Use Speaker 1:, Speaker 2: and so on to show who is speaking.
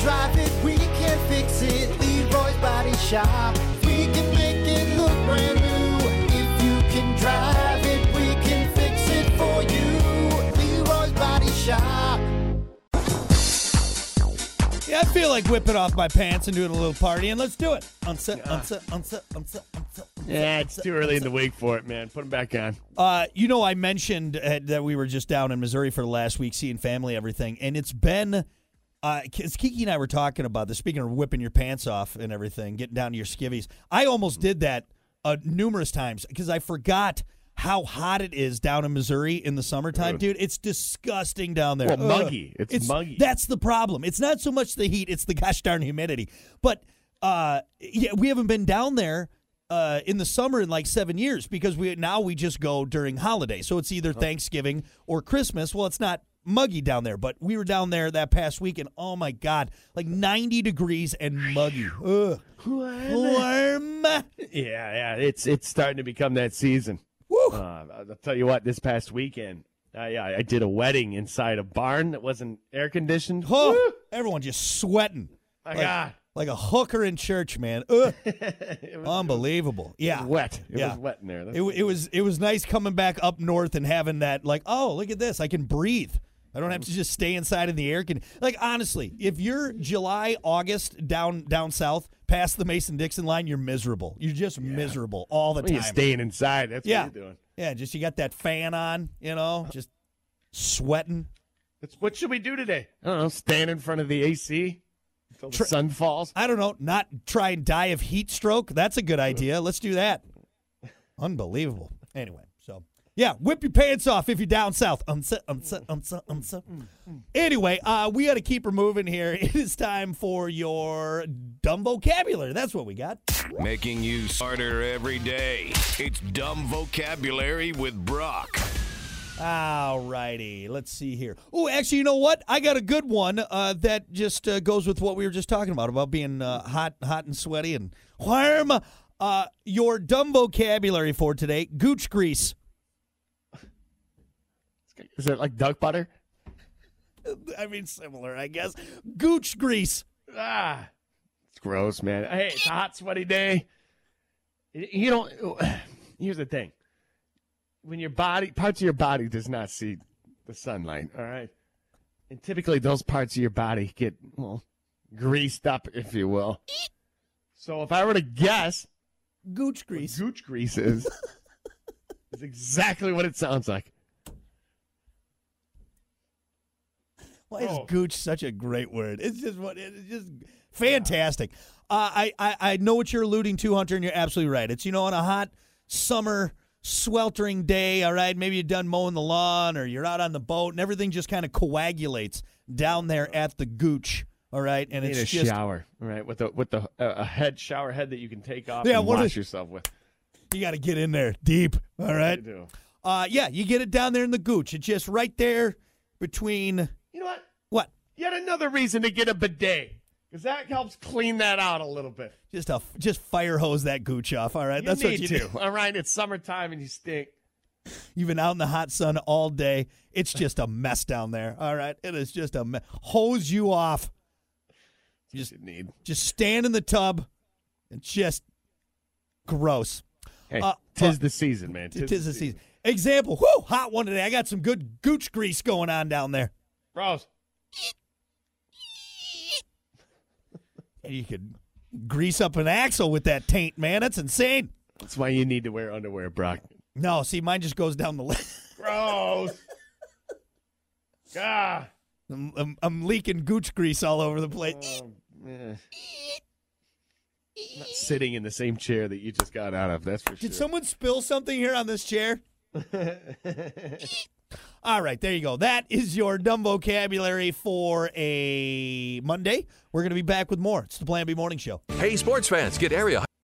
Speaker 1: drive it, we can fix it. Leroy's Body Shop. We can make it look brand new. If you can drive it, we can fix it for you. Leroy's Body Shop.
Speaker 2: Yeah, I feel like whipping off my pants and doing a little party, and let's do it. Unsa, unsa, unsa, unsa, unsa.
Speaker 3: Yeah, it's too early in the week for it, man. Put them back on.
Speaker 2: Uh, you know, I mentioned uh, that we were just down in Missouri for the last week, seeing family, everything, and it's been. Uh, 'cause Kiki and I were talking about this. Speaking of whipping your pants off and everything, getting down to your skivvies, I almost did that uh, numerous times because I forgot how hot it is down in Missouri in the summertime, dude. It's disgusting down there.
Speaker 3: Well,
Speaker 2: Ugh.
Speaker 3: muggy. It's muggy.
Speaker 2: That's the problem. It's not so much the heat; it's the gosh darn humidity. But uh, yeah, we haven't been down there uh, in the summer in like seven years because we now we just go during holiday. So it's
Speaker 3: Oh.
Speaker 2: either Thanksgiving or Christmas. Well, it's not muggy down there, but we were down there that past week, and oh my god, like ninety degrees and muggy. Ugh. Warm.
Speaker 3: Yeah, yeah, it's it's starting to become that season.
Speaker 2: Woo.
Speaker 3: Uh, I'll tell you what. This past weekend, I I I did a wedding inside a barn that wasn't air conditioned.
Speaker 2: Oh, everyone just sweating.
Speaker 3: My
Speaker 2: like,
Speaker 3: God.
Speaker 2: like a hooker in church, man. Ugh. Unbelievable. Yeah.
Speaker 3: wet. It
Speaker 2: Yeah.
Speaker 3: was wet in there.
Speaker 2: It, wa- it was it was nice coming back up north and having that like oh look at this I can breathe I don't have to just stay inside in the air can like honestly if you're July August down down south past the Mason Dixon line you're miserable you're just miserable all the
Speaker 3: Well, you're
Speaker 2: time
Speaker 3: staying inside. That's
Speaker 2: yeah
Speaker 3: what you're doing.
Speaker 2: yeah just you got that fan on you know just sweating
Speaker 3: It's, what should we do today? I don't know. Stand in front of the AC until the sun falls.
Speaker 2: I don't know not try and die of heat stroke that's a good idea let's do that unbelievable anyway so. Yeah, whip your pants off if you're down south. Um, Umsa, umsa, umsa, umsa. um, Anyway, uh, we got to keep her moving here. It is time for your dumb vocabulary. That's what we got.
Speaker 4: Making you smarter every day. It's Dumb Vocabulary with Brock.
Speaker 2: All righty, let's see here. Oh, actually, you know what? I got a good one uh, that just uh, goes with what we were just talking about about being uh, hot, hot and sweaty and warm. Uh, your dumb vocabulary for today: gooch grease.
Speaker 3: Is it like duck butter?
Speaker 2: I mean, similar, I guess. Gooch grease.
Speaker 3: Ah, it's gross, man. Hey, it's a hot, sweaty day. Y- You don't. Here's the thing: when your body, parts of your body, does not see the sunlight. All right, and typically those parts of your body get well greased up, if you will. So if I were to guess,
Speaker 2: Gooch
Speaker 3: what
Speaker 2: grease.
Speaker 3: gooch grease is is exactly what it sounds like.
Speaker 2: Why is
Speaker 3: Oh.
Speaker 2: gooch such a great word? It's just what it's just fantastic. Uh, I, I I know what you're alluding to, Hunter, and you're absolutely right. It's you know on a hot summer sweltering day. All right, maybe you're done mowing the lawn or you're out on the boat, and everything just kind of coagulates down there at the gooch. All right, and
Speaker 3: Need
Speaker 2: it's
Speaker 3: a
Speaker 2: just
Speaker 3: shower, all right? With the with the uh, a head shower head that you can take off
Speaker 2: Yeah,
Speaker 3: and
Speaker 2: what
Speaker 3: wash
Speaker 2: is-
Speaker 3: yourself with.
Speaker 2: you got to get in there deep. All right,
Speaker 3: You do.
Speaker 2: uh, yeah, you get it down there in the gooch. It's just right there between
Speaker 3: You know what?
Speaker 2: what?
Speaker 3: yet another reason to get a bidet because that helps clean that out a little bit.
Speaker 2: Just a just fire hose that gooch off. All right,
Speaker 3: You
Speaker 2: that's
Speaker 3: need
Speaker 2: what you
Speaker 3: to.
Speaker 2: do.
Speaker 3: All right, it's summertime and you stink.
Speaker 2: You've been out in the hot sun all day. It's just a mess down there. All right. It is just a mess. Hose you off.
Speaker 3: Just need.
Speaker 2: Just stand in the tub and just gross.
Speaker 3: Hey,
Speaker 2: Uh,
Speaker 3: tis
Speaker 2: uh,
Speaker 3: the season, man.
Speaker 2: It is the season. Example. Whoo, hot one today. I got some good gooch grease going on down there.
Speaker 3: Gross.
Speaker 2: And you could grease up an axle with that taint, man. That's insane.
Speaker 3: That's why you need to wear underwear, Brock.
Speaker 2: No, see, mine just goes down the list.
Speaker 3: Gross. ah.
Speaker 2: I'm, I'm- I'm leaking gooch grease all over the place.
Speaker 3: eh. Not sitting in the same chair that you just got out of. That's for
Speaker 2: Did
Speaker 3: sure.
Speaker 2: someone spill something here on this chair? All right, there you go. That is your dumb vocabulary for a Monday. We're going to be back with more. It's the Plan B Morning Show.
Speaker 5: Hey, sports fans, get area.